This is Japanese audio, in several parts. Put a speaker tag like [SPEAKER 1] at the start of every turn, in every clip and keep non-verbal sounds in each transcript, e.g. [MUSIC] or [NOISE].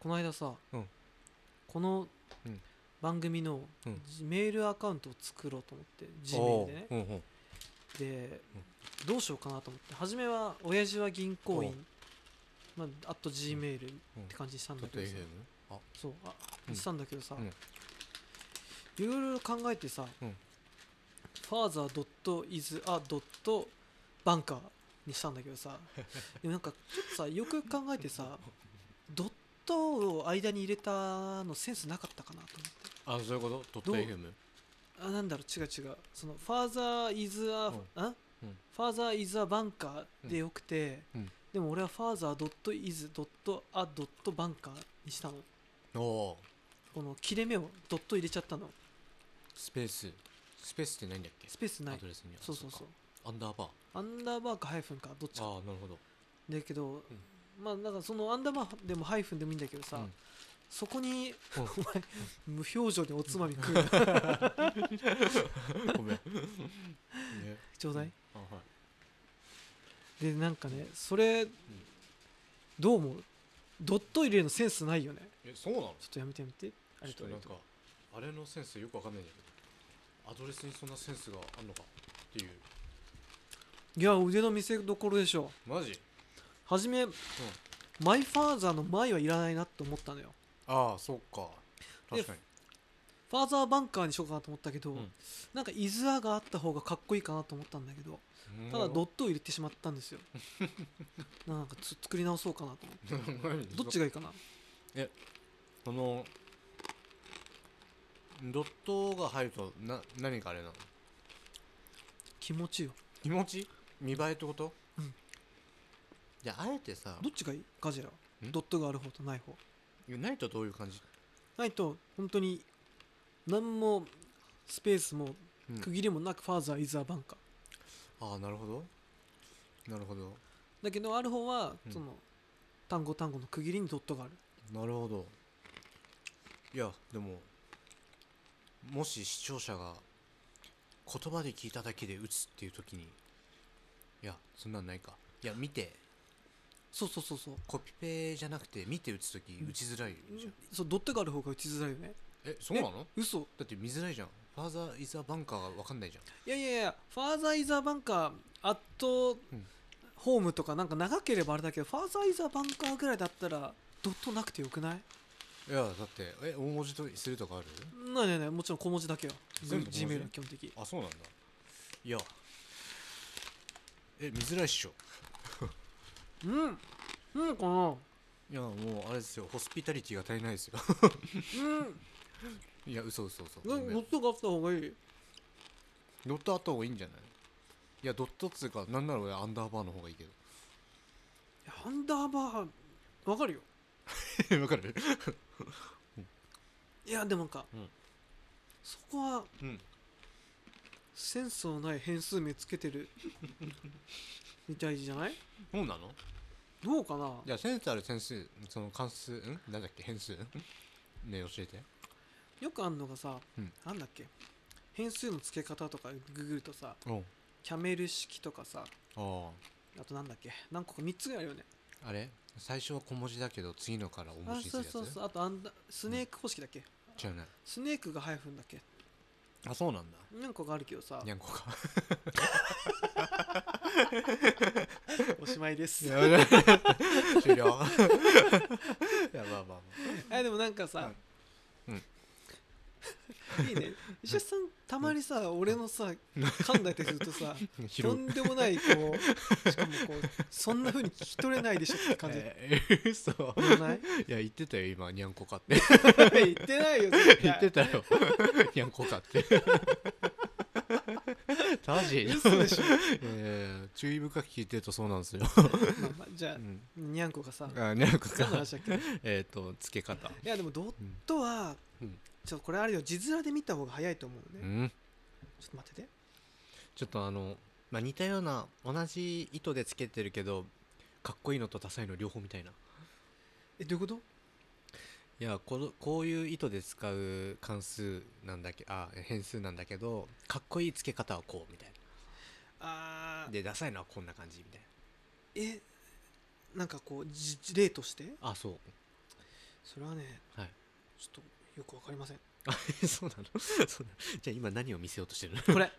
[SPEAKER 1] この間さ、
[SPEAKER 2] うん
[SPEAKER 1] この
[SPEAKER 2] うん
[SPEAKER 1] 番組の、
[SPEAKER 2] うん
[SPEAKER 1] じメールアカウントを作ろうと思って Gmail
[SPEAKER 2] お
[SPEAKER 1] でね
[SPEAKER 2] ーうんうん
[SPEAKER 1] で、どうしようかなと思って初めは「親父は銀行
[SPEAKER 2] おう
[SPEAKER 1] 員」まあ、あと Gmail って感じにしたん
[SPEAKER 2] ちょ
[SPEAKER 1] だ
[SPEAKER 2] っ
[SPEAKER 1] け
[SPEAKER 2] と
[SPEAKER 1] ど
[SPEAKER 2] いい
[SPEAKER 1] さ
[SPEAKER 2] けどねあ
[SPEAKER 1] そうあ
[SPEAKER 2] うん
[SPEAKER 1] したんだけどさ、
[SPEAKER 2] うん
[SPEAKER 1] いろいろ考えてさ、
[SPEAKER 2] うん
[SPEAKER 1] father.is.banker にしたんだけど
[SPEAKER 2] [LAUGHS]
[SPEAKER 1] さでなんかちょっとさよく考えてさドットを間に入れたのセンスなかったかなと思って
[SPEAKER 2] あそういうこと
[SPEAKER 1] どう
[SPEAKER 2] 鳥取 FM
[SPEAKER 1] あなんだろう違う違うその「father is a、
[SPEAKER 2] うん
[SPEAKER 1] あ
[SPEAKER 2] うん
[SPEAKER 1] ファーザー is a banker でよくて、
[SPEAKER 2] うんうん
[SPEAKER 1] でも俺はファーザー .is a banker にしたの
[SPEAKER 2] おおー
[SPEAKER 1] この切れ目をドット入れちゃったの
[SPEAKER 2] スペーススペースってないんだっけ
[SPEAKER 1] スペースな
[SPEAKER 2] ア
[SPEAKER 1] い
[SPEAKER 2] ドレスにあ
[SPEAKER 1] そうそう
[SPEAKER 2] っ
[SPEAKER 1] そう
[SPEAKER 2] かアンダーバー
[SPEAKER 1] アンダーバーかハイフンかどっちか
[SPEAKER 2] ああなるほ
[SPEAKER 1] [LAUGHS]
[SPEAKER 2] ど
[SPEAKER 1] だけど、まあなんかそのアンダーバーでもハイフンでもいいんだけどさ、
[SPEAKER 2] うん
[SPEAKER 1] そこに
[SPEAKER 2] う
[SPEAKER 1] [LAUGHS] お
[SPEAKER 2] ん
[SPEAKER 1] 前無表情でおつまみ食う
[SPEAKER 2] [LAUGHS]
[SPEAKER 1] な
[SPEAKER 2] ごめんね
[SPEAKER 1] ちょうだい
[SPEAKER 2] あはい
[SPEAKER 1] でなんかねそれどう思うドット入れるのセンスないよね
[SPEAKER 2] えそうなの
[SPEAKER 1] ちょっとやめてやめてありがと
[SPEAKER 2] ちょっ
[SPEAKER 1] う
[SPEAKER 2] となんかあれのセンスよくわかんないんだけどアドレスにそんなセンスがあんのかっていう
[SPEAKER 1] いや腕の見せどころでしょ
[SPEAKER 2] マジ
[SPEAKER 1] はじめ、マイファーザーの前はいらないなって思ったのよ
[SPEAKER 2] ああそっか
[SPEAKER 1] で
[SPEAKER 2] 確かに
[SPEAKER 1] ファーザーバンカーにしようかなと思ったけど、
[SPEAKER 2] うん
[SPEAKER 1] なんかイズアがあった方がかっこいいかなと思ったんだけどただドットを入れてしまったんですよ
[SPEAKER 2] [LAUGHS]
[SPEAKER 1] なんかつ作り直そうかなと思ってどっち
[SPEAKER 2] が
[SPEAKER 1] がいいかな
[SPEAKER 2] あのドットが入るとな何かあれなの
[SPEAKER 1] 気持ちいいよ
[SPEAKER 2] 気持ち見栄えってこと
[SPEAKER 1] うん
[SPEAKER 2] じゃああえてさ
[SPEAKER 1] どっちがいいガジラ
[SPEAKER 2] ん
[SPEAKER 1] ドットがある方とない方
[SPEAKER 2] ないとどういう感じ、
[SPEAKER 1] ないと本当に何もスペースも
[SPEAKER 2] うん
[SPEAKER 1] 区切りもなくファーザーイズアバンカー
[SPEAKER 2] ああなるほどなるほど
[SPEAKER 1] だけどある方は
[SPEAKER 2] うん
[SPEAKER 1] その単語単語の区切りにドットがある
[SPEAKER 2] なるほどいやでももし視聴者が言葉で聞いただけで打つっていう時にいやそんなんないかいや見て
[SPEAKER 1] そうそうそうそう
[SPEAKER 2] コピペじゃなくて見て打つ時
[SPEAKER 1] ん
[SPEAKER 2] 打ちづらいじゃん、
[SPEAKER 1] そうドットがある方が打ちづらいよね
[SPEAKER 2] えそうなの
[SPEAKER 1] 嘘
[SPEAKER 2] だって見づらいじゃんファーザーイザーバンカーが分かんないじゃ
[SPEAKER 1] いやいやいやファーザーイザーバンカーアット
[SPEAKER 2] うん
[SPEAKER 1] ホームとかなんか長ければあれだけどファーザーイザーバンカーぐらいだったらドットなくてよくない
[SPEAKER 2] んいやだってえ大文字とするとかある
[SPEAKER 1] ないないないもちろん小文字だけよ
[SPEAKER 2] 全部小
[SPEAKER 1] G
[SPEAKER 2] 文
[SPEAKER 1] メ
[SPEAKER 2] 字
[SPEAKER 1] ールは基本的
[SPEAKER 2] あそうなんだいやえ見づらいっしょ
[SPEAKER 1] うんうんかない
[SPEAKER 2] やもうあれですよホスピタリティが足りないですよ [LAUGHS] いや嘘嘘嘘
[SPEAKER 1] う
[SPEAKER 2] ご
[SPEAKER 1] ん
[SPEAKER 2] め
[SPEAKER 1] ドッ
[SPEAKER 2] ん
[SPEAKER 1] トがあった方がいい
[SPEAKER 2] ドットあった方がいいんじゃないいやドットっつうかなんなら俺アンダーバーの方がいいけ
[SPEAKER 1] アンダーバーわかるよ
[SPEAKER 2] ど [LAUGHS] わかる
[SPEAKER 1] いやでもなんか、
[SPEAKER 2] うん
[SPEAKER 1] そこは
[SPEAKER 2] うん
[SPEAKER 1] センスのない変数名つけてるみたいじゃない
[SPEAKER 2] そうなの
[SPEAKER 1] どうかない
[SPEAKER 2] やセンスあるセンスその関数んなんだっけ変数んね教えて
[SPEAKER 1] よくあんのがさ、
[SPEAKER 2] うん
[SPEAKER 1] なんだっけ変数の付け方とかググるとさ
[SPEAKER 2] お
[SPEAKER 1] キャメル式とかさ
[SPEAKER 2] あ
[SPEAKER 1] あとなんだっけ何個か3つぐらいあるよね
[SPEAKER 2] ああれ最初は小文字だけど次のから大
[SPEAKER 1] あ
[SPEAKER 2] 文字にす
[SPEAKER 1] そう
[SPEAKER 2] るやつ
[SPEAKER 1] そうそうあとアンダスネーク方式だっけ、
[SPEAKER 2] 違うね
[SPEAKER 1] スネークがハイフンだっけ
[SPEAKER 2] あそうなんだ
[SPEAKER 1] 何個かあるけどさ
[SPEAKER 2] にゃんこか
[SPEAKER 1] おしまいです
[SPEAKER 2] やばい終了 [LAUGHS] いやまあまあまあ
[SPEAKER 1] [LAUGHS] あでもなんかさ、
[SPEAKER 2] うん
[SPEAKER 1] [LAUGHS] いいね石橋さんたまにさ俺のさ噛んだりするとさ
[SPEAKER 2] [LAUGHS] 拾
[SPEAKER 1] と
[SPEAKER 2] うん
[SPEAKER 1] でもないこ
[SPEAKER 2] [LAUGHS]
[SPEAKER 1] うしかもこうそんな風に聞き取れないでしょって感じじ
[SPEAKER 2] えー、 [LAUGHS] 嘘
[SPEAKER 1] ゃない [LAUGHS]
[SPEAKER 2] いや言ってたよ今にゃんこかって
[SPEAKER 1] 言ってないよ絶
[SPEAKER 2] [LAUGHS] 言って
[SPEAKER 1] 対
[SPEAKER 2] たよにゃんこかってマジ
[SPEAKER 1] 嘘でしょ、
[SPEAKER 2] いやいやいや注意深く聞いてるとそうなんですよ、
[SPEAKER 1] まあまあじゃあ
[SPEAKER 2] うん、
[SPEAKER 1] にゃんこがさ
[SPEAKER 2] あにゃんこ
[SPEAKER 1] 何の
[SPEAKER 2] か
[SPEAKER 1] 話だっけい
[SPEAKER 2] えっとつけ方
[SPEAKER 1] やでもドットは、
[SPEAKER 2] うん
[SPEAKER 1] ちょっとこれあれよ字面で見た方が早いと思う
[SPEAKER 2] う
[SPEAKER 1] ね、
[SPEAKER 2] ん
[SPEAKER 1] ちょっと待ってて
[SPEAKER 2] ちょっとあの、まあ、似たような同じ糸でつけてるけどかっこいいのとダサいの両方みたいな
[SPEAKER 1] えどういうこと
[SPEAKER 2] いやこのこういう意図で使う関数なんだけあ変数なんだけどかっこいい付け方はこうみたい
[SPEAKER 1] あ
[SPEAKER 2] な
[SPEAKER 1] ー
[SPEAKER 2] でダサいのはこんな感じみたい
[SPEAKER 1] えなんかこうじ事例として
[SPEAKER 2] なあそう
[SPEAKER 1] それはね
[SPEAKER 2] はい
[SPEAKER 1] ちょっとよくわかり
[SPEAKER 2] [LAUGHS]
[SPEAKER 1] ません
[SPEAKER 2] あえそうなのそうなのじゃあ今何を見せようとしてるの
[SPEAKER 1] これ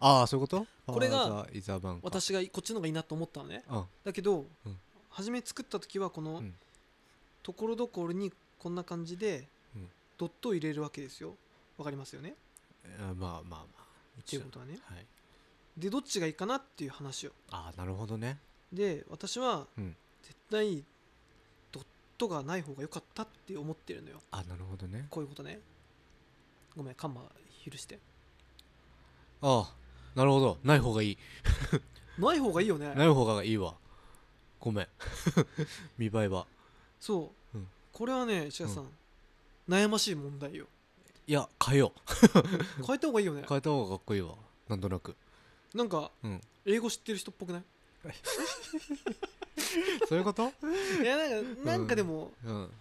[SPEAKER 2] ああそういうこと
[SPEAKER 1] これが
[SPEAKER 2] あーじゃあ伊沢版か
[SPEAKER 1] 私がこっちの方がいいなと思ったのね
[SPEAKER 2] あ
[SPEAKER 1] だけど、
[SPEAKER 2] うん
[SPEAKER 1] 初め作った時はこの
[SPEAKER 2] うん
[SPEAKER 1] ところどころにこんな感じで
[SPEAKER 2] うん
[SPEAKER 1] ドットを入れるわけですよわかりますよね
[SPEAKER 2] あまあまあまあ
[SPEAKER 1] っていうことはね
[SPEAKER 2] はい
[SPEAKER 1] でどっちがいいかなっていう話を
[SPEAKER 2] ああなるほどね
[SPEAKER 1] で私は
[SPEAKER 2] うん
[SPEAKER 1] 絶対ドットがない方が良かったって思ってるのよ
[SPEAKER 2] あなるほどね
[SPEAKER 1] こういうことねごめんカンマ許して
[SPEAKER 2] ああなるほどない方がいい
[SPEAKER 1] ない方がいいよね
[SPEAKER 2] ない方がいいわごめん [LAUGHS] 見栄えは
[SPEAKER 1] そう、
[SPEAKER 2] うん
[SPEAKER 1] これはね志賀さん、悩ましい問題よ
[SPEAKER 2] いや変えよう
[SPEAKER 1] 変えた方がいいよね
[SPEAKER 2] 変えた方がかっこいいわなんとなく
[SPEAKER 1] なんか
[SPEAKER 2] うん
[SPEAKER 1] 英語知ってる人っぽ
[SPEAKER 2] [LAUGHS]
[SPEAKER 1] くない
[SPEAKER 2] そういうこと
[SPEAKER 1] いやなんかなんかでも、
[SPEAKER 2] うん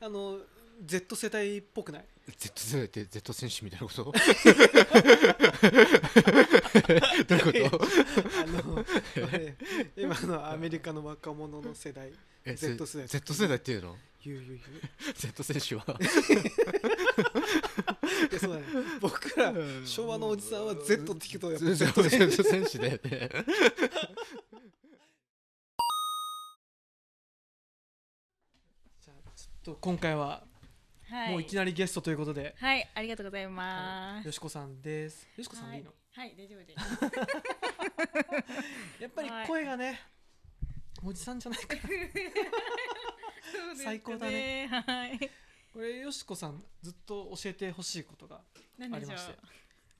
[SPEAKER 1] あの Z 世代っぽ
[SPEAKER 2] [LAUGHS]
[SPEAKER 1] くない
[SPEAKER 2] Z 世代って Z 選手みたいなこと
[SPEAKER 1] [LAUGHS]
[SPEAKER 2] どういうこと
[SPEAKER 1] あの [LAUGHS] 俺今のアメリカの若者の世
[SPEAKER 2] [LAUGHS]
[SPEAKER 1] 代
[SPEAKER 2] え
[SPEAKER 1] Z 世代
[SPEAKER 2] Z 世代っていうの
[SPEAKER 1] ゆうゆうゆう
[SPEAKER 2] Z 選手はい
[SPEAKER 1] やそうだね [LAUGHS] 僕ら昭和のおじさんは Z って聞くとやっぱ Z
[SPEAKER 2] Z 選手選手だよね
[SPEAKER 1] じゃあちょっと今回は
[SPEAKER 3] はい。
[SPEAKER 1] もういきなりゲストということで、
[SPEAKER 3] はい、ありがとうござい
[SPEAKER 1] あ
[SPEAKER 3] ま
[SPEAKER 1] の
[SPEAKER 3] す。
[SPEAKER 1] よしこさんですよしこさんでいいの、
[SPEAKER 3] はい、はい大丈夫です。
[SPEAKER 1] やっぱり声がねおじさんじゃないから
[SPEAKER 3] そうですか
[SPEAKER 1] [LAUGHS] 最高だね。
[SPEAKER 3] はい。
[SPEAKER 1] これよしこさんずっと教えてほしいことが
[SPEAKER 3] 何
[SPEAKER 1] あ
[SPEAKER 3] で
[SPEAKER 1] り
[SPEAKER 3] しょ
[SPEAKER 1] まして
[SPEAKER 3] う。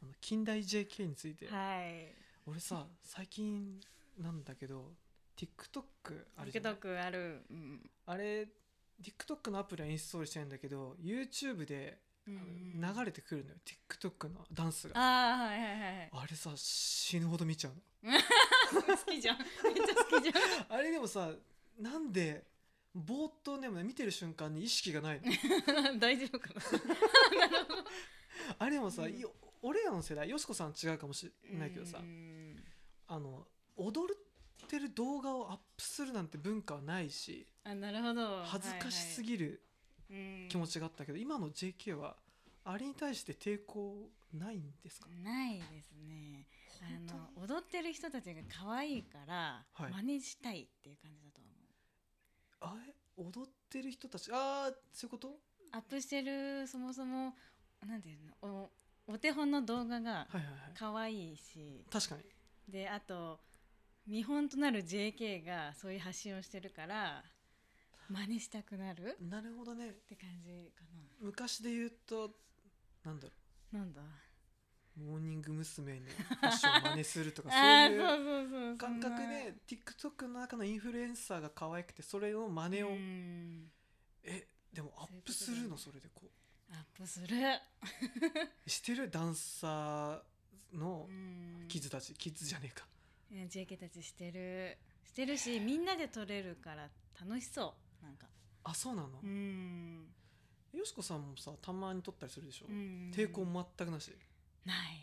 [SPEAKER 1] あの近代 JK について、
[SPEAKER 3] はい。
[SPEAKER 1] 俺さ最近なんだけど TikTok あるじゃない
[SPEAKER 3] TikTok ある。うん
[SPEAKER 1] あれ TikTok のアプリはインストールしてないんだけど YouTube であ
[SPEAKER 3] う
[SPEAKER 1] の
[SPEAKER 3] ん。
[SPEAKER 1] 流れてくるのよ TikTok のダンスがあ
[SPEAKER 3] ああ、はいはいはい。
[SPEAKER 1] れさ死ぬほど見ちゃうの
[SPEAKER 3] 好きじゃん。めっ [LAUGHS] ちゃ好きじゃ
[SPEAKER 1] あれでもさなんでぼーっとね見てる瞬間に意識がないの
[SPEAKER 3] ん。 [LAUGHS] 大丈夫かな。
[SPEAKER 1] あれでもさ、
[SPEAKER 3] うん
[SPEAKER 1] よ俺らの世代よしこさん違うかもしれないけどさ、
[SPEAKER 3] うん
[SPEAKER 1] あの踊ってる動画をアップするなんて文化はないし
[SPEAKER 3] あ、なるほど。
[SPEAKER 1] 恥ずかしすぎ
[SPEAKER 3] ぎ
[SPEAKER 1] る
[SPEAKER 3] 気
[SPEAKER 1] 気持ちがあったけど、今の JK はあれに対して抵抗ないんですか
[SPEAKER 3] ないですね。あ
[SPEAKER 1] 本当
[SPEAKER 3] の
[SPEAKER 1] に
[SPEAKER 3] 踊ってる人たちが可愛いから
[SPEAKER 1] はい
[SPEAKER 3] 真似したいっていう感じだと思う。
[SPEAKER 1] あれ踊ってる人たちああそういうこと
[SPEAKER 3] アップしてるそもそもなんていうのおお手本の動画が
[SPEAKER 1] はいはいはい
[SPEAKER 3] 可愛いし、
[SPEAKER 1] 確かに
[SPEAKER 3] であと見本となる JK がそういう発信をしてるから真似したくなるっ
[SPEAKER 1] なるほどね
[SPEAKER 3] て感じか
[SPEAKER 1] 昔で言うとなんだろ
[SPEAKER 3] ななんだ
[SPEAKER 1] うモーニング娘。のファッションを真似するとかそう
[SPEAKER 3] [LAUGHS] あー
[SPEAKER 1] いう
[SPEAKER 3] そうそうそう
[SPEAKER 1] 感覚で
[SPEAKER 3] ね
[SPEAKER 1] TikTok の中のインフルエンサーが可愛くてそれを真似を、えでもアップするのそれでこ
[SPEAKER 3] アップする
[SPEAKER 1] うしてるダンサーの
[SPEAKER 3] うん
[SPEAKER 1] キッズたちキッズじゃねえか
[SPEAKER 3] いや JK たちしてるしてるしみんなで撮れるから楽しそうなんか
[SPEAKER 1] あそうなの、
[SPEAKER 3] うん
[SPEAKER 1] よしこさんもさたまに撮ったりするでしょ、
[SPEAKER 3] うん
[SPEAKER 1] 抵抗全くな
[SPEAKER 3] [LAUGHS]
[SPEAKER 1] し
[SPEAKER 3] ない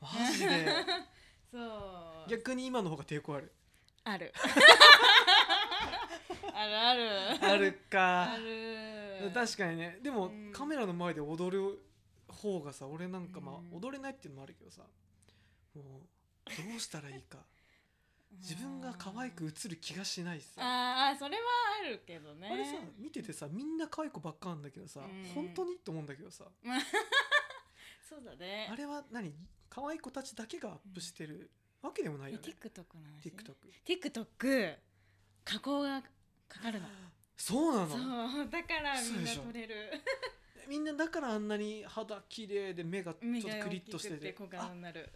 [SPEAKER 1] マジで
[SPEAKER 3] そう
[SPEAKER 1] 逆に今の方が抵抗あ
[SPEAKER 3] [LAUGHS]
[SPEAKER 1] る
[SPEAKER 3] あるあるある
[SPEAKER 1] あるか
[SPEAKER 3] ある
[SPEAKER 1] 確かにねでも、
[SPEAKER 3] うん
[SPEAKER 1] カメラの前で踊る方がさ俺なんかまあ、
[SPEAKER 3] うん
[SPEAKER 1] 踊れないっていうのもあるけどさもうどうしたらいいか自分が可愛く映る気がしないしさあ
[SPEAKER 3] あーあーそれはあるけどね
[SPEAKER 1] れさ見ててさみんな可愛い子ばっかなんだけどさ、
[SPEAKER 3] うん
[SPEAKER 1] 本当にと思うんだけどさ
[SPEAKER 3] そうだね
[SPEAKER 1] あれは何可愛い子たちだけがアップしてるわけでもない
[SPEAKER 3] え
[SPEAKER 1] よね
[SPEAKER 3] TikTok の話
[SPEAKER 1] TikTok
[SPEAKER 3] TikTok 加工がかかるの
[SPEAKER 1] そうなの
[SPEAKER 3] そうだからみ
[SPEAKER 1] そうんで
[SPEAKER 3] な
[SPEAKER 1] しょ
[SPEAKER 3] 撮れる
[SPEAKER 1] みんなだからあんなに肌綺麗で目がちょっ
[SPEAKER 3] 目
[SPEAKER 1] と
[SPEAKER 3] が
[SPEAKER 1] ク
[SPEAKER 3] 大
[SPEAKER 1] リッ
[SPEAKER 3] き
[SPEAKER 1] とし
[SPEAKER 3] く
[SPEAKER 1] てて
[SPEAKER 3] て小
[SPEAKER 1] あ
[SPEAKER 3] 顔になる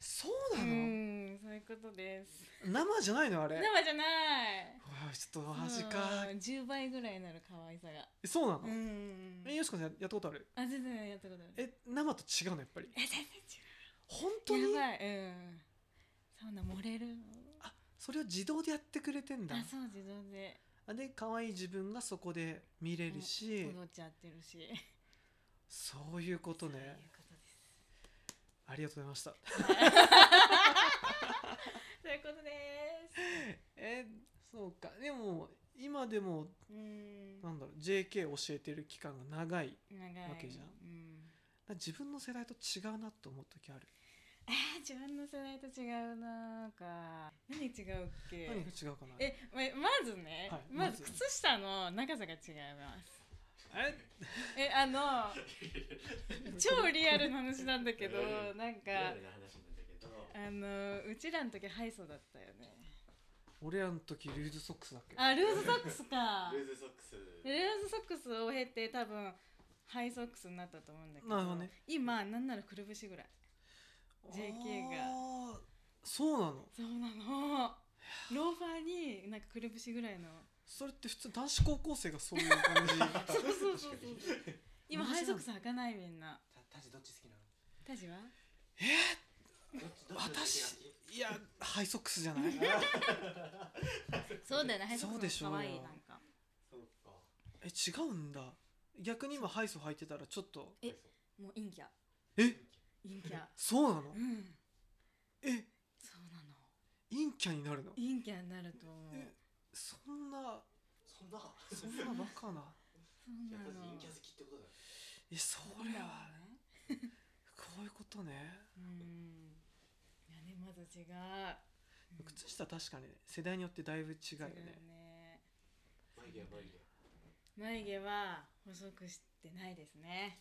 [SPEAKER 1] そう
[SPEAKER 3] う
[SPEAKER 1] なの、
[SPEAKER 3] んそういうことです
[SPEAKER 1] 生じゃないのあれ
[SPEAKER 3] 生
[SPEAKER 1] わ
[SPEAKER 3] じゃない
[SPEAKER 1] あちょっとマジか
[SPEAKER 3] うん10倍ぐらいになる可愛さが
[SPEAKER 1] そうなの、
[SPEAKER 3] うん
[SPEAKER 1] えよしこさんややったことある
[SPEAKER 3] あ全然やったことない
[SPEAKER 1] え生と違うのやっぱり
[SPEAKER 3] え全然違う
[SPEAKER 1] 本当に
[SPEAKER 3] やばいうんサウナ漏れる
[SPEAKER 1] あそれを自動でやってくれてんだ
[SPEAKER 3] あそう自動で
[SPEAKER 1] あで可愛い自分がそこで見れるし、
[SPEAKER 3] 踊っちゃってるし
[SPEAKER 1] そういうこと
[SPEAKER 3] そういう
[SPEAKER 1] ね
[SPEAKER 3] ことです
[SPEAKER 1] ありがとうございました
[SPEAKER 3] そういうことです
[SPEAKER 1] えそうかでも今でも
[SPEAKER 3] うん
[SPEAKER 1] なんだろう JK 教えてる期間が長い
[SPEAKER 3] 長い
[SPEAKER 1] わけじゃん
[SPEAKER 3] うん、
[SPEAKER 1] 自分の世代と違うなと思う時ある
[SPEAKER 3] えー自分の世代と違うなーか何違うっけ
[SPEAKER 1] 何が違うかな
[SPEAKER 3] えままずね、
[SPEAKER 1] はい
[SPEAKER 3] ま
[SPEAKER 1] まず
[SPEAKER 3] ず靴下の長さが違います
[SPEAKER 1] え
[SPEAKER 3] えあ
[SPEAKER 1] [LAUGHS]
[SPEAKER 3] の超リアルな話なんだけどなん
[SPEAKER 1] [LAUGHS]
[SPEAKER 3] か
[SPEAKER 4] リアルな話なんだけど
[SPEAKER 3] あのうちらの時ハイソだったよね
[SPEAKER 1] 俺らの時ルーズソックスだっけ
[SPEAKER 3] あルーズソックスか
[SPEAKER 4] ルーズソックス
[SPEAKER 3] ルーズソックスを経て多分ハイソックスになったと思うんだけど
[SPEAKER 1] なるほどね
[SPEAKER 3] 今なんならくるぶしぐらいJK が
[SPEAKER 1] あーそうなの
[SPEAKER 3] そうなのローファーになんかくるぶしぐらいの
[SPEAKER 1] それって普通男子高校生がそういう感じ
[SPEAKER 3] そうそうそうそう今
[SPEAKER 1] 同じなの
[SPEAKER 3] ハイソックス履かないみんな
[SPEAKER 4] たタジどっち好きなの
[SPEAKER 3] タジは
[SPEAKER 4] どっちどっち
[SPEAKER 1] 私
[SPEAKER 4] どっちが好き
[SPEAKER 1] いやハイソックスじゃない
[SPEAKER 3] そうだよねハイソッ
[SPEAKER 1] そう
[SPEAKER 3] ク
[SPEAKER 1] で
[SPEAKER 3] ス
[SPEAKER 1] し
[SPEAKER 3] の
[SPEAKER 1] ょうよ
[SPEAKER 3] 方が可愛いなんか
[SPEAKER 4] そうか
[SPEAKER 1] え違うんだ逆に今ハイソ履いてたらちょっと
[SPEAKER 3] えもう陰キャ
[SPEAKER 1] え
[SPEAKER 3] 陰キャ
[SPEAKER 1] そうなの
[SPEAKER 3] うん
[SPEAKER 1] え
[SPEAKER 3] そうなの
[SPEAKER 1] 陰キャになるの
[SPEAKER 3] 陰キャになると思う
[SPEAKER 1] えそんな
[SPEAKER 4] そんな
[SPEAKER 1] そんなバカな
[SPEAKER 3] そう
[SPEAKER 4] いや
[SPEAKER 3] な
[SPEAKER 4] タジ
[SPEAKER 3] の
[SPEAKER 4] 陰キャ好きってことだよ
[SPEAKER 1] えそ
[SPEAKER 3] そう
[SPEAKER 1] れ
[SPEAKER 3] だよ
[SPEAKER 1] は
[SPEAKER 3] ね
[SPEAKER 1] こういうことね
[SPEAKER 3] うんいやねまず違う
[SPEAKER 1] 靴下確かにね世代によってだいぶ違う
[SPEAKER 3] 違
[SPEAKER 1] よ
[SPEAKER 3] う
[SPEAKER 1] ね
[SPEAKER 3] ね
[SPEAKER 4] 眉毛は眉毛
[SPEAKER 3] 眉毛は細くしてないですね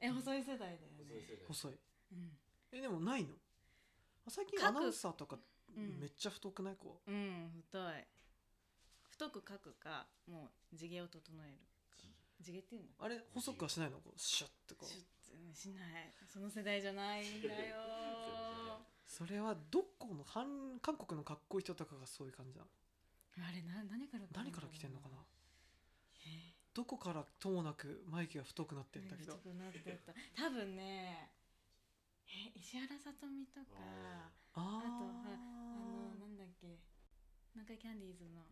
[SPEAKER 3] え細い世代だよね
[SPEAKER 4] 細い世代
[SPEAKER 1] 細い
[SPEAKER 3] うん
[SPEAKER 1] えでもないのあ最近
[SPEAKER 3] 各
[SPEAKER 1] アナウンサーとか
[SPEAKER 3] うん
[SPEAKER 1] めっちゃ太くないこ
[SPEAKER 3] うん太い太く描くかもう地毛を整えるか地毛っていうの
[SPEAKER 1] うあれ細くはしないのこうシュッてこ
[SPEAKER 3] シュ
[SPEAKER 1] う
[SPEAKER 3] ッうんしないその世代じゃないんだよ
[SPEAKER 1] [LAUGHS] それはどこの韓韓国のかっこいい人とかがそういう感じなの
[SPEAKER 3] あれな何から来てんだろう
[SPEAKER 1] 何から来てんのかなどこからともなく眉毛が太くなってんだけど
[SPEAKER 3] 太くなってた多分ねえ石原さとみとか
[SPEAKER 4] あ
[SPEAKER 1] あ
[SPEAKER 3] あとほらあの
[SPEAKER 1] あ
[SPEAKER 3] なんだっけ南海キャンディーズの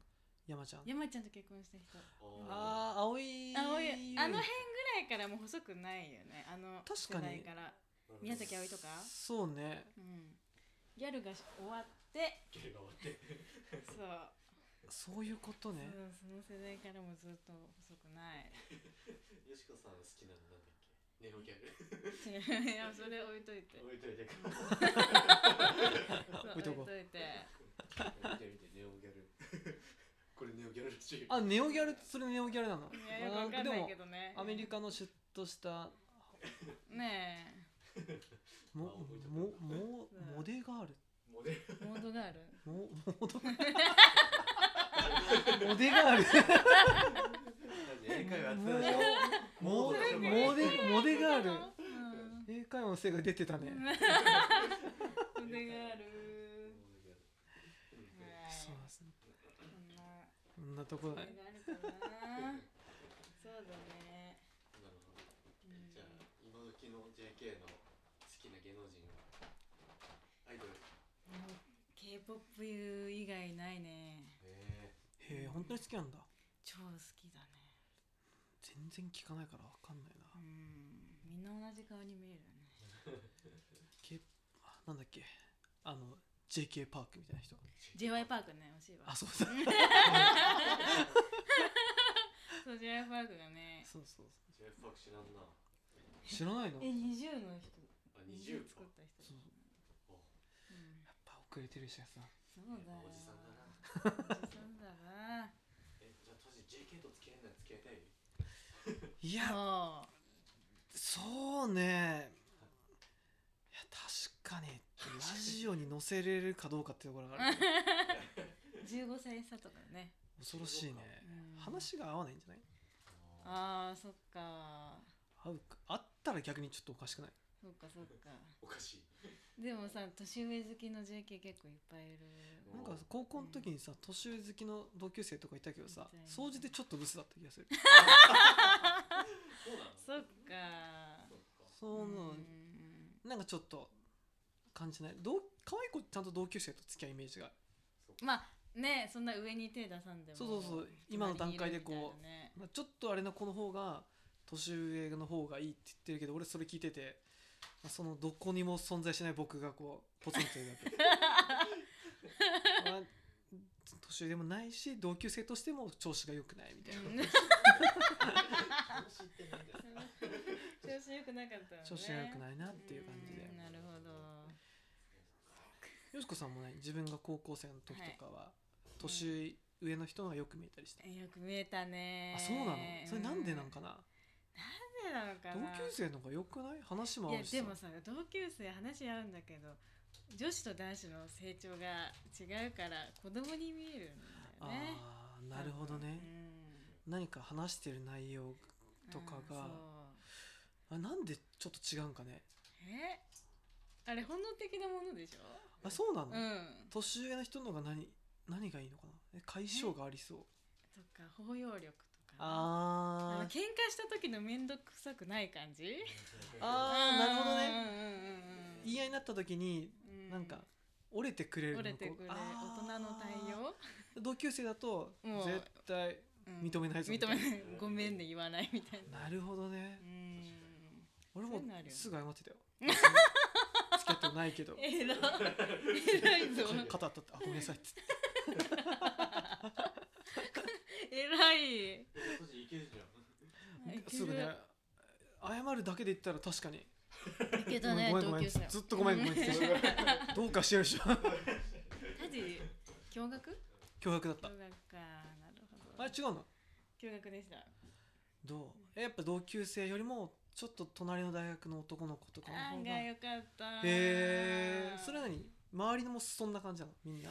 [SPEAKER 1] 山ちゃん
[SPEAKER 3] 山ちゃんと結婚した人
[SPEAKER 4] あ
[SPEAKER 1] ああ青い
[SPEAKER 3] あおいあの辺ぐらいからもう細くないよねあの
[SPEAKER 1] 確かに
[SPEAKER 3] 世代から
[SPEAKER 4] ー
[SPEAKER 3] 宮崎あおいとか
[SPEAKER 1] そうね
[SPEAKER 3] うんギャルがし終わって
[SPEAKER 4] ギャルが終わって
[SPEAKER 3] そう
[SPEAKER 1] そういうことね
[SPEAKER 3] そうその世代からもずっと細くない [LAUGHS]
[SPEAKER 4] よしこさん好きなのなんだっけネオギャル
[SPEAKER 3] いやそれ置いといて
[SPEAKER 4] 置いといて
[SPEAKER 3] そう
[SPEAKER 1] 置いとこう
[SPEAKER 3] 置いといて
[SPEAKER 4] 見て見てネオギャル [LAUGHS] これネオギャルらしい
[SPEAKER 1] あネオギャルそれネオギャルなの
[SPEAKER 3] いやよくわかんないけどね
[SPEAKER 1] アメリカのシュッとした
[SPEAKER 3] ね
[SPEAKER 1] も
[SPEAKER 4] あ覚えてた
[SPEAKER 1] もも
[SPEAKER 3] うん
[SPEAKER 1] モデガール
[SPEAKER 4] モデル
[SPEAKER 3] えモードガール
[SPEAKER 1] もモドモデガー
[SPEAKER 3] [LAUGHS]
[SPEAKER 1] ル
[SPEAKER 4] 英会話やってたでしょ
[SPEAKER 1] もモ
[SPEAKER 4] モード
[SPEAKER 1] デモデガール
[SPEAKER 3] うん
[SPEAKER 1] 英会話のせいが出てたね
[SPEAKER 3] モードガールはい
[SPEAKER 1] そうなんですね
[SPEAKER 3] そんな
[SPEAKER 1] こんなとこ
[SPEAKER 3] そ
[SPEAKER 1] だ
[SPEAKER 3] れ
[SPEAKER 1] ね
[SPEAKER 3] があるかなそうだね
[SPEAKER 4] なるほど
[SPEAKER 3] うん
[SPEAKER 4] じゃあ今時の JK の好きな芸能人はアイドルね
[SPEAKER 3] もう K-POP 以外ないね
[SPEAKER 4] え
[SPEAKER 1] へえ本当に好きなんだ
[SPEAKER 3] 超好きだね
[SPEAKER 1] 全然聞かないからわかんないな
[SPEAKER 3] うんみんな同じ顔に見えるよね
[SPEAKER 1] K あなんだっけあの JK パークみたいな人
[SPEAKER 3] j y パークね惜しいわ
[SPEAKER 1] あそうだ
[SPEAKER 3] そう j y パークがね
[SPEAKER 1] そうそうそう
[SPEAKER 4] j p o p 知らんな
[SPEAKER 1] 知らないの
[SPEAKER 3] え
[SPEAKER 1] やっ
[SPEAKER 3] 二20の人
[SPEAKER 4] あ二十
[SPEAKER 3] 作った人
[SPEAKER 1] そう
[SPEAKER 4] お
[SPEAKER 3] うん
[SPEAKER 1] ぱ遅れてる石田さん
[SPEAKER 3] そうだよ
[SPEAKER 4] おじさんだな
[SPEAKER 3] おじさんだな
[SPEAKER 4] えじゃあ当時 JK と付き合えない付き合いたい
[SPEAKER 1] いや
[SPEAKER 3] そ
[SPEAKER 1] そうねいや確かにラジオに載せれるかどうかってところがある
[SPEAKER 3] う15歳差とかね
[SPEAKER 1] 恐ろしいね
[SPEAKER 3] うん
[SPEAKER 1] 話が合わないんじゃない
[SPEAKER 3] あーそっか
[SPEAKER 1] 合うかあったら逆にちょっとおかしくない
[SPEAKER 3] そっかそっか
[SPEAKER 4] おかしい
[SPEAKER 3] でもさ年上好きの JK 結構いっぱいいる
[SPEAKER 1] なんか高校の時にさ年上好きの同級生とかいたけどさ
[SPEAKER 3] みたいな
[SPEAKER 1] 掃除でちょっとブスだった気が
[SPEAKER 3] [LAUGHS]
[SPEAKER 1] する
[SPEAKER 4] そうなの
[SPEAKER 3] そっか
[SPEAKER 4] そうか
[SPEAKER 1] その
[SPEAKER 3] うん
[SPEAKER 1] なんかちょっと感じないどう可愛い子ってちゃんと同級生と付き合うイメージがある
[SPEAKER 3] まあねそんな上に手出さんでも
[SPEAKER 1] そうそうそう今の段階でこ
[SPEAKER 3] う、ね、
[SPEAKER 1] まあちょっとあれの子の方が年上の方がいいって言ってるけど俺それ聞いてて、まあ、その
[SPEAKER 3] [LAUGHS]
[SPEAKER 1] どこにも存在しない僕がこうポツンといるわけまあ年上でもないし同級生としても調子が良くないみたいな、
[SPEAKER 3] うん
[SPEAKER 4] 楽しいってなんですか
[SPEAKER 3] 調子良くなかったのね
[SPEAKER 1] 調子が良く
[SPEAKER 3] い
[SPEAKER 1] ないなっていう感じで
[SPEAKER 3] なるほど
[SPEAKER 1] よしこさんもね自分が高校生の時とかは、年上の人の方がよく見えたりして、
[SPEAKER 3] えよく見えたね
[SPEAKER 1] あそうなのそれなんでなんかな、
[SPEAKER 3] うなんでなのかな
[SPEAKER 1] 同級生の方が良くない話も合う
[SPEAKER 3] いや
[SPEAKER 1] し
[SPEAKER 3] でもさ同級生話合うんだけど女子と男子の成長が違うから子供に見えるんだよね
[SPEAKER 1] ああなるほどね、何か話してる内容
[SPEAKER 3] うん
[SPEAKER 1] とか
[SPEAKER 3] うん
[SPEAKER 1] が
[SPEAKER 3] そう
[SPEAKER 1] あなんでちょっと違うんかね
[SPEAKER 3] えあれ本能的なものでしょ
[SPEAKER 1] あそうなの、
[SPEAKER 3] うん
[SPEAKER 1] 年上の人の方が何何がいいのかなえ解消がありそう
[SPEAKER 3] とか包容力とかあの
[SPEAKER 1] あー
[SPEAKER 3] 喧嘩した時の面倒くさくない感じ
[SPEAKER 1] あーなるほどね
[SPEAKER 3] ね
[SPEAKER 1] 言い合いになった時になんか折れてくれるの
[SPEAKER 3] 折れてくれる
[SPEAKER 1] あ
[SPEAKER 3] 大人の対
[SPEAKER 1] ー
[SPEAKER 3] 応
[SPEAKER 1] 同級生だと
[SPEAKER 3] もう
[SPEAKER 1] 絶対
[SPEAKER 3] うん
[SPEAKER 1] 認めないぞみ
[SPEAKER 3] 認
[SPEAKER 1] た
[SPEAKER 3] め
[SPEAKER 1] いな
[SPEAKER 3] ないごめんね言わないみたいな
[SPEAKER 1] なるほどね
[SPEAKER 3] う、ん
[SPEAKER 1] 俺
[SPEAKER 3] そう
[SPEAKER 1] も
[SPEAKER 3] いうのあるよね
[SPEAKER 1] すぐ謝って
[SPEAKER 3] [LAUGHS]
[SPEAKER 1] たよ付き合ってもないけど
[SPEAKER 3] えらいえらいぞ
[SPEAKER 1] 肩当たって「あごめんなさい」っつって
[SPEAKER 3] えらい
[SPEAKER 4] 当時いけるじゃん
[SPEAKER 3] いける
[SPEAKER 1] すぐね謝るだけで言ったら確かに
[SPEAKER 3] い
[SPEAKER 1] 「
[SPEAKER 3] け
[SPEAKER 1] ごめんごめんごめん」ずっと「ごめんごめん」って言って
[SPEAKER 3] [LAUGHS]
[SPEAKER 1] るしどうかしてるでしょ
[SPEAKER 3] タ [LAUGHS] ジ驚愕
[SPEAKER 1] 脅迫だった
[SPEAKER 3] 驚愕かなるほ
[SPEAKER 1] あれ
[SPEAKER 3] ど
[SPEAKER 1] 違うの
[SPEAKER 3] 驚愕でした
[SPEAKER 1] どうえやっぱ同級生よりもちょっと隣の大学の男の子とかの
[SPEAKER 3] 案
[SPEAKER 1] 方が
[SPEAKER 3] 外
[SPEAKER 1] へ
[SPEAKER 3] 良かった
[SPEAKER 1] えそれは何周りのもそんな感じなのみんな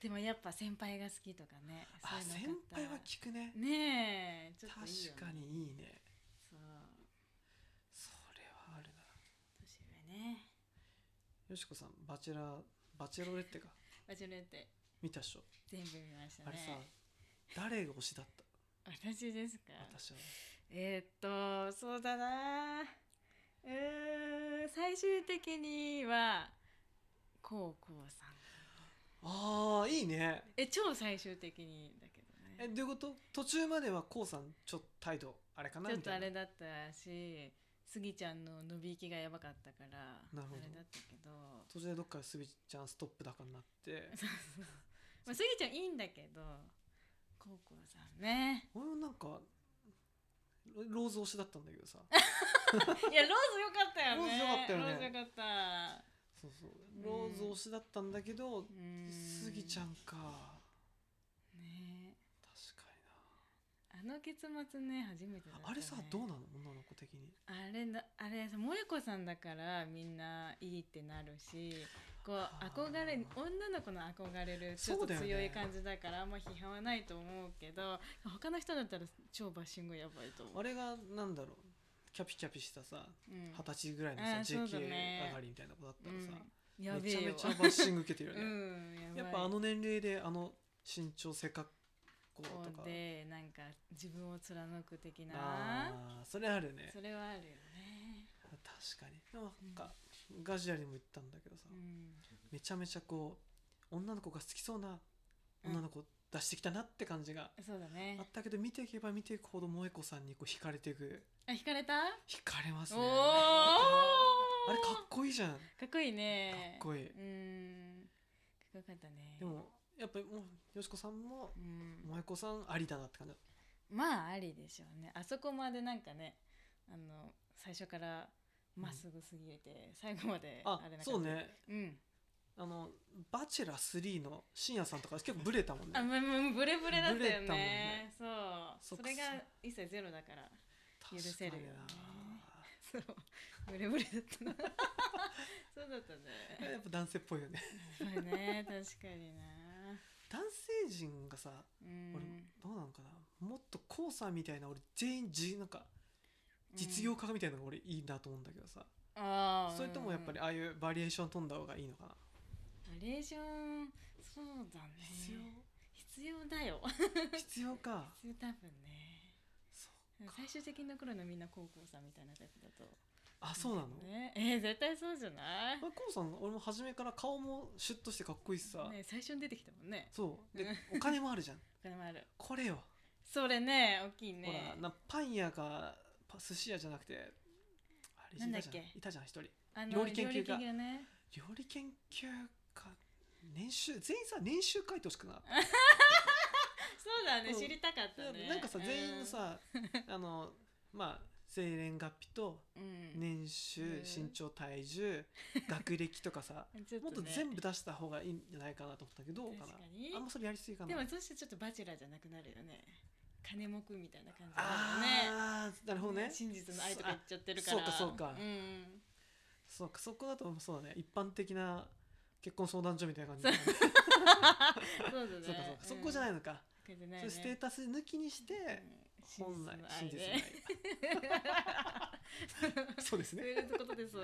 [SPEAKER 3] でもやっぱ先輩が好きとかね
[SPEAKER 1] あ
[SPEAKER 3] そう
[SPEAKER 1] 先
[SPEAKER 3] いうの良かった
[SPEAKER 1] 輩は聞くね
[SPEAKER 3] ねえちょっといいよ、ね、
[SPEAKER 1] 確かにいいね
[SPEAKER 3] そう
[SPEAKER 1] それはあるな
[SPEAKER 3] 年上ね
[SPEAKER 1] よしこさんバチェラーバチェロレッテか
[SPEAKER 3] バチェロレッテ
[SPEAKER 1] 見たっしょ
[SPEAKER 3] 全部見ましたね
[SPEAKER 1] あれさ誰が推しだった
[SPEAKER 3] 私ですか
[SPEAKER 1] 私は
[SPEAKER 3] えー、っとそうだなうーん最終的にはこうこうさん
[SPEAKER 1] あーいいね
[SPEAKER 3] え超最終的にだけど
[SPEAKER 1] え
[SPEAKER 3] ね
[SPEAKER 1] どういうこと途中まではこうさんちょっと態度あれかな
[SPEAKER 3] ちょ
[SPEAKER 1] み
[SPEAKER 3] ったと
[SPEAKER 1] いな
[SPEAKER 3] あれだったしスギちゃんの伸び行きがやばかったから
[SPEAKER 1] なるほど
[SPEAKER 3] あれだったけど、
[SPEAKER 1] 途中でどっからすびちゃんストップだかになって
[SPEAKER 3] まあ、スギちゃんいいんだけどこうこうさんね
[SPEAKER 1] 俺もなんかロローズ推しだったんだけど
[SPEAKER 3] [LAUGHS]
[SPEAKER 1] さ
[SPEAKER 3] いやローズよかった
[SPEAKER 1] ロ
[SPEAKER 3] よね
[SPEAKER 1] ーズ良かったよね
[SPEAKER 3] ローズ良かった
[SPEAKER 1] そうそうローズ推しだったんだけど
[SPEAKER 3] うーん
[SPEAKER 1] スギちゃんか
[SPEAKER 3] ね
[SPEAKER 1] 確か
[SPEAKER 3] あの結末ね初めてだ
[SPEAKER 1] に
[SPEAKER 3] った、ね
[SPEAKER 1] な、あれさどうなの女の子的に
[SPEAKER 3] あれなあれさ萌子さんだからみんないいってなるしこう
[SPEAKER 1] あー
[SPEAKER 3] 憧れ女の子の憧れるちょっ
[SPEAKER 1] そうだ
[SPEAKER 3] と
[SPEAKER 1] よね
[SPEAKER 3] 強い感じだからあんま批判はないと思うけど他の人だったら超バッシングやばいと思う。
[SPEAKER 1] あれがなんだろうキャピキャピしたさ
[SPEAKER 3] うん
[SPEAKER 1] 二十歳ぐらいの
[SPEAKER 3] あー
[SPEAKER 1] さ、
[SPEAKER 3] そうだ
[SPEAKER 1] JK
[SPEAKER 3] ね
[SPEAKER 1] 上がりみたいな子だったらさ、
[SPEAKER 3] うん、やべ
[SPEAKER 1] めちゃ
[SPEAKER 3] え
[SPEAKER 1] め
[SPEAKER 3] よ [LAUGHS]
[SPEAKER 1] ちゃバッシング受けてるよ
[SPEAKER 3] う
[SPEAKER 1] ね、
[SPEAKER 3] ん、
[SPEAKER 1] やっ
[SPEAKER 3] ばい
[SPEAKER 1] ぱあの年齢であの身長背格好と
[SPEAKER 3] こ
[SPEAKER 1] か
[SPEAKER 3] うでなんか自分を貫く的な
[SPEAKER 1] あーそれあるね
[SPEAKER 3] それはあるよね、
[SPEAKER 1] 確かにでもなんか、ガジュアルにも言ったんだけどさ、
[SPEAKER 3] うん、
[SPEAKER 1] めちゃめちゃこう女の子が好きそうな女の子を出してきたなって感じが
[SPEAKER 3] そうだね
[SPEAKER 1] あったけど、見ていけば見ていくほど萌子さんにこう惹かれていく
[SPEAKER 3] あ惹かれた
[SPEAKER 1] 惹かれます
[SPEAKER 3] お
[SPEAKER 1] ね
[SPEAKER 3] お
[SPEAKER 1] あれかっこいいじゃんか
[SPEAKER 3] かっこいい
[SPEAKER 1] っ
[SPEAKER 3] ね
[SPEAKER 1] こいい、
[SPEAKER 3] うんかっこよかったね
[SPEAKER 1] でもやっぱりもうよしこさんも
[SPEAKER 3] うん
[SPEAKER 1] 萌子さんありだなって感じ
[SPEAKER 3] まあありでしょうねあそこまでなんかねあの最初からまっすぐすぎれて、最後まで
[SPEAKER 1] あ
[SPEAKER 3] れなかった
[SPEAKER 1] そうね
[SPEAKER 3] うん
[SPEAKER 1] あの「バチェラー3」の深夜さんとか結構ブレたもん
[SPEAKER 3] あ
[SPEAKER 1] ね
[SPEAKER 3] もうもうブレブレだったよ
[SPEAKER 1] ブレた
[SPEAKER 3] ね
[SPEAKER 1] もんね
[SPEAKER 3] そ
[SPEAKER 1] そうっ
[SPEAKER 3] そ
[SPEAKER 1] か
[SPEAKER 3] れが一切ゼロだから [LAUGHS] [LAUGHS] 許せるよね
[SPEAKER 1] 確か
[SPEAKER 3] そうブレブレだ
[SPEAKER 1] [LAUGHS]
[SPEAKER 3] ったなそうだった
[SPEAKER 1] にな
[SPEAKER 3] ね
[SPEAKER 1] やっぱ男性っぽいよね
[SPEAKER 3] まあね確かにな
[SPEAKER 1] 男性陣がさ
[SPEAKER 3] うん
[SPEAKER 1] 俺どうなのかなもっとこうさんみたいな俺全員じなんか実業家みたいなのが俺いいなと思うんだけどさ、
[SPEAKER 3] うんあー
[SPEAKER 1] それともやっぱり
[SPEAKER 3] うん
[SPEAKER 1] ああいうバリエーション飛んだ方がいいのかな、
[SPEAKER 3] バリエーションそうだね
[SPEAKER 1] 必
[SPEAKER 3] 必要だよ
[SPEAKER 1] 要必要
[SPEAKER 3] [LAUGHS]
[SPEAKER 1] か
[SPEAKER 3] 必要多分ね
[SPEAKER 1] そう
[SPEAKER 3] 最終的な頃のみんな高校さんみたいなタイプだと
[SPEAKER 1] あそうなの、
[SPEAKER 3] ねえー絶対そうじゃない、
[SPEAKER 1] まあ、こうさん俺も初めから顔もシュッとしてかっこいいしさ、
[SPEAKER 3] ね、最初に出てきたもんね
[SPEAKER 1] そうでお金もある
[SPEAKER 3] [LAUGHS]
[SPEAKER 1] じゃん
[SPEAKER 3] お金もある
[SPEAKER 1] これよ
[SPEAKER 3] それね大きいね
[SPEAKER 1] ほらなパン屋かパ寿司屋じゃなくてあれ
[SPEAKER 3] なんだ
[SPEAKER 1] い
[SPEAKER 3] っ
[SPEAKER 1] たじゃん
[SPEAKER 3] け
[SPEAKER 1] いたじゃん一人
[SPEAKER 3] あの
[SPEAKER 1] 料理研究家
[SPEAKER 3] 料理ね
[SPEAKER 1] 料理研究家年収全員さ年収書いてほし
[SPEAKER 3] [LAUGHS]
[SPEAKER 1] くなかった
[SPEAKER 3] そうだね、
[SPEAKER 1] うん
[SPEAKER 3] 知りたかったね
[SPEAKER 1] なんかさ全員の、さあのまあ生年月日と
[SPEAKER 3] うん
[SPEAKER 1] 年収、
[SPEAKER 3] うん
[SPEAKER 1] 身長体
[SPEAKER 3] [LAUGHS]
[SPEAKER 1] 重学歴とかさ
[SPEAKER 3] ちょ
[SPEAKER 1] もっと
[SPEAKER 3] ね
[SPEAKER 1] 全部出した方がいいんじゃないかなと思ったけどどうかな
[SPEAKER 3] 確かに
[SPEAKER 1] あんまそれやりすぎかな
[SPEAKER 3] でもそしてちょっとバチェラーじゃなくなるよね金目みたいな感じだよね
[SPEAKER 1] あーなるほどね
[SPEAKER 3] 真実の愛とか言っちゃってるから
[SPEAKER 1] あそうかそうか
[SPEAKER 3] ん、
[SPEAKER 1] そうかそこだとそうだね一般的な結婚相談所みたいな感じだね
[SPEAKER 3] そうだね
[SPEAKER 1] そうかそうかそこじゃないのか、
[SPEAKER 3] そうじゃない
[SPEAKER 1] そう
[SPEAKER 3] ね
[SPEAKER 1] いうステータス抜きにして、
[SPEAKER 3] うん
[SPEAKER 1] 本来真実
[SPEAKER 3] 真実
[SPEAKER 1] の
[SPEAKER 3] の
[SPEAKER 1] 愛
[SPEAKER 3] 愛
[SPEAKER 1] が
[SPEAKER 3] ね
[SPEAKER 1] そうです
[SPEAKER 3] [LAUGHS] そう
[SPEAKER 1] ね
[SPEAKER 3] いうことです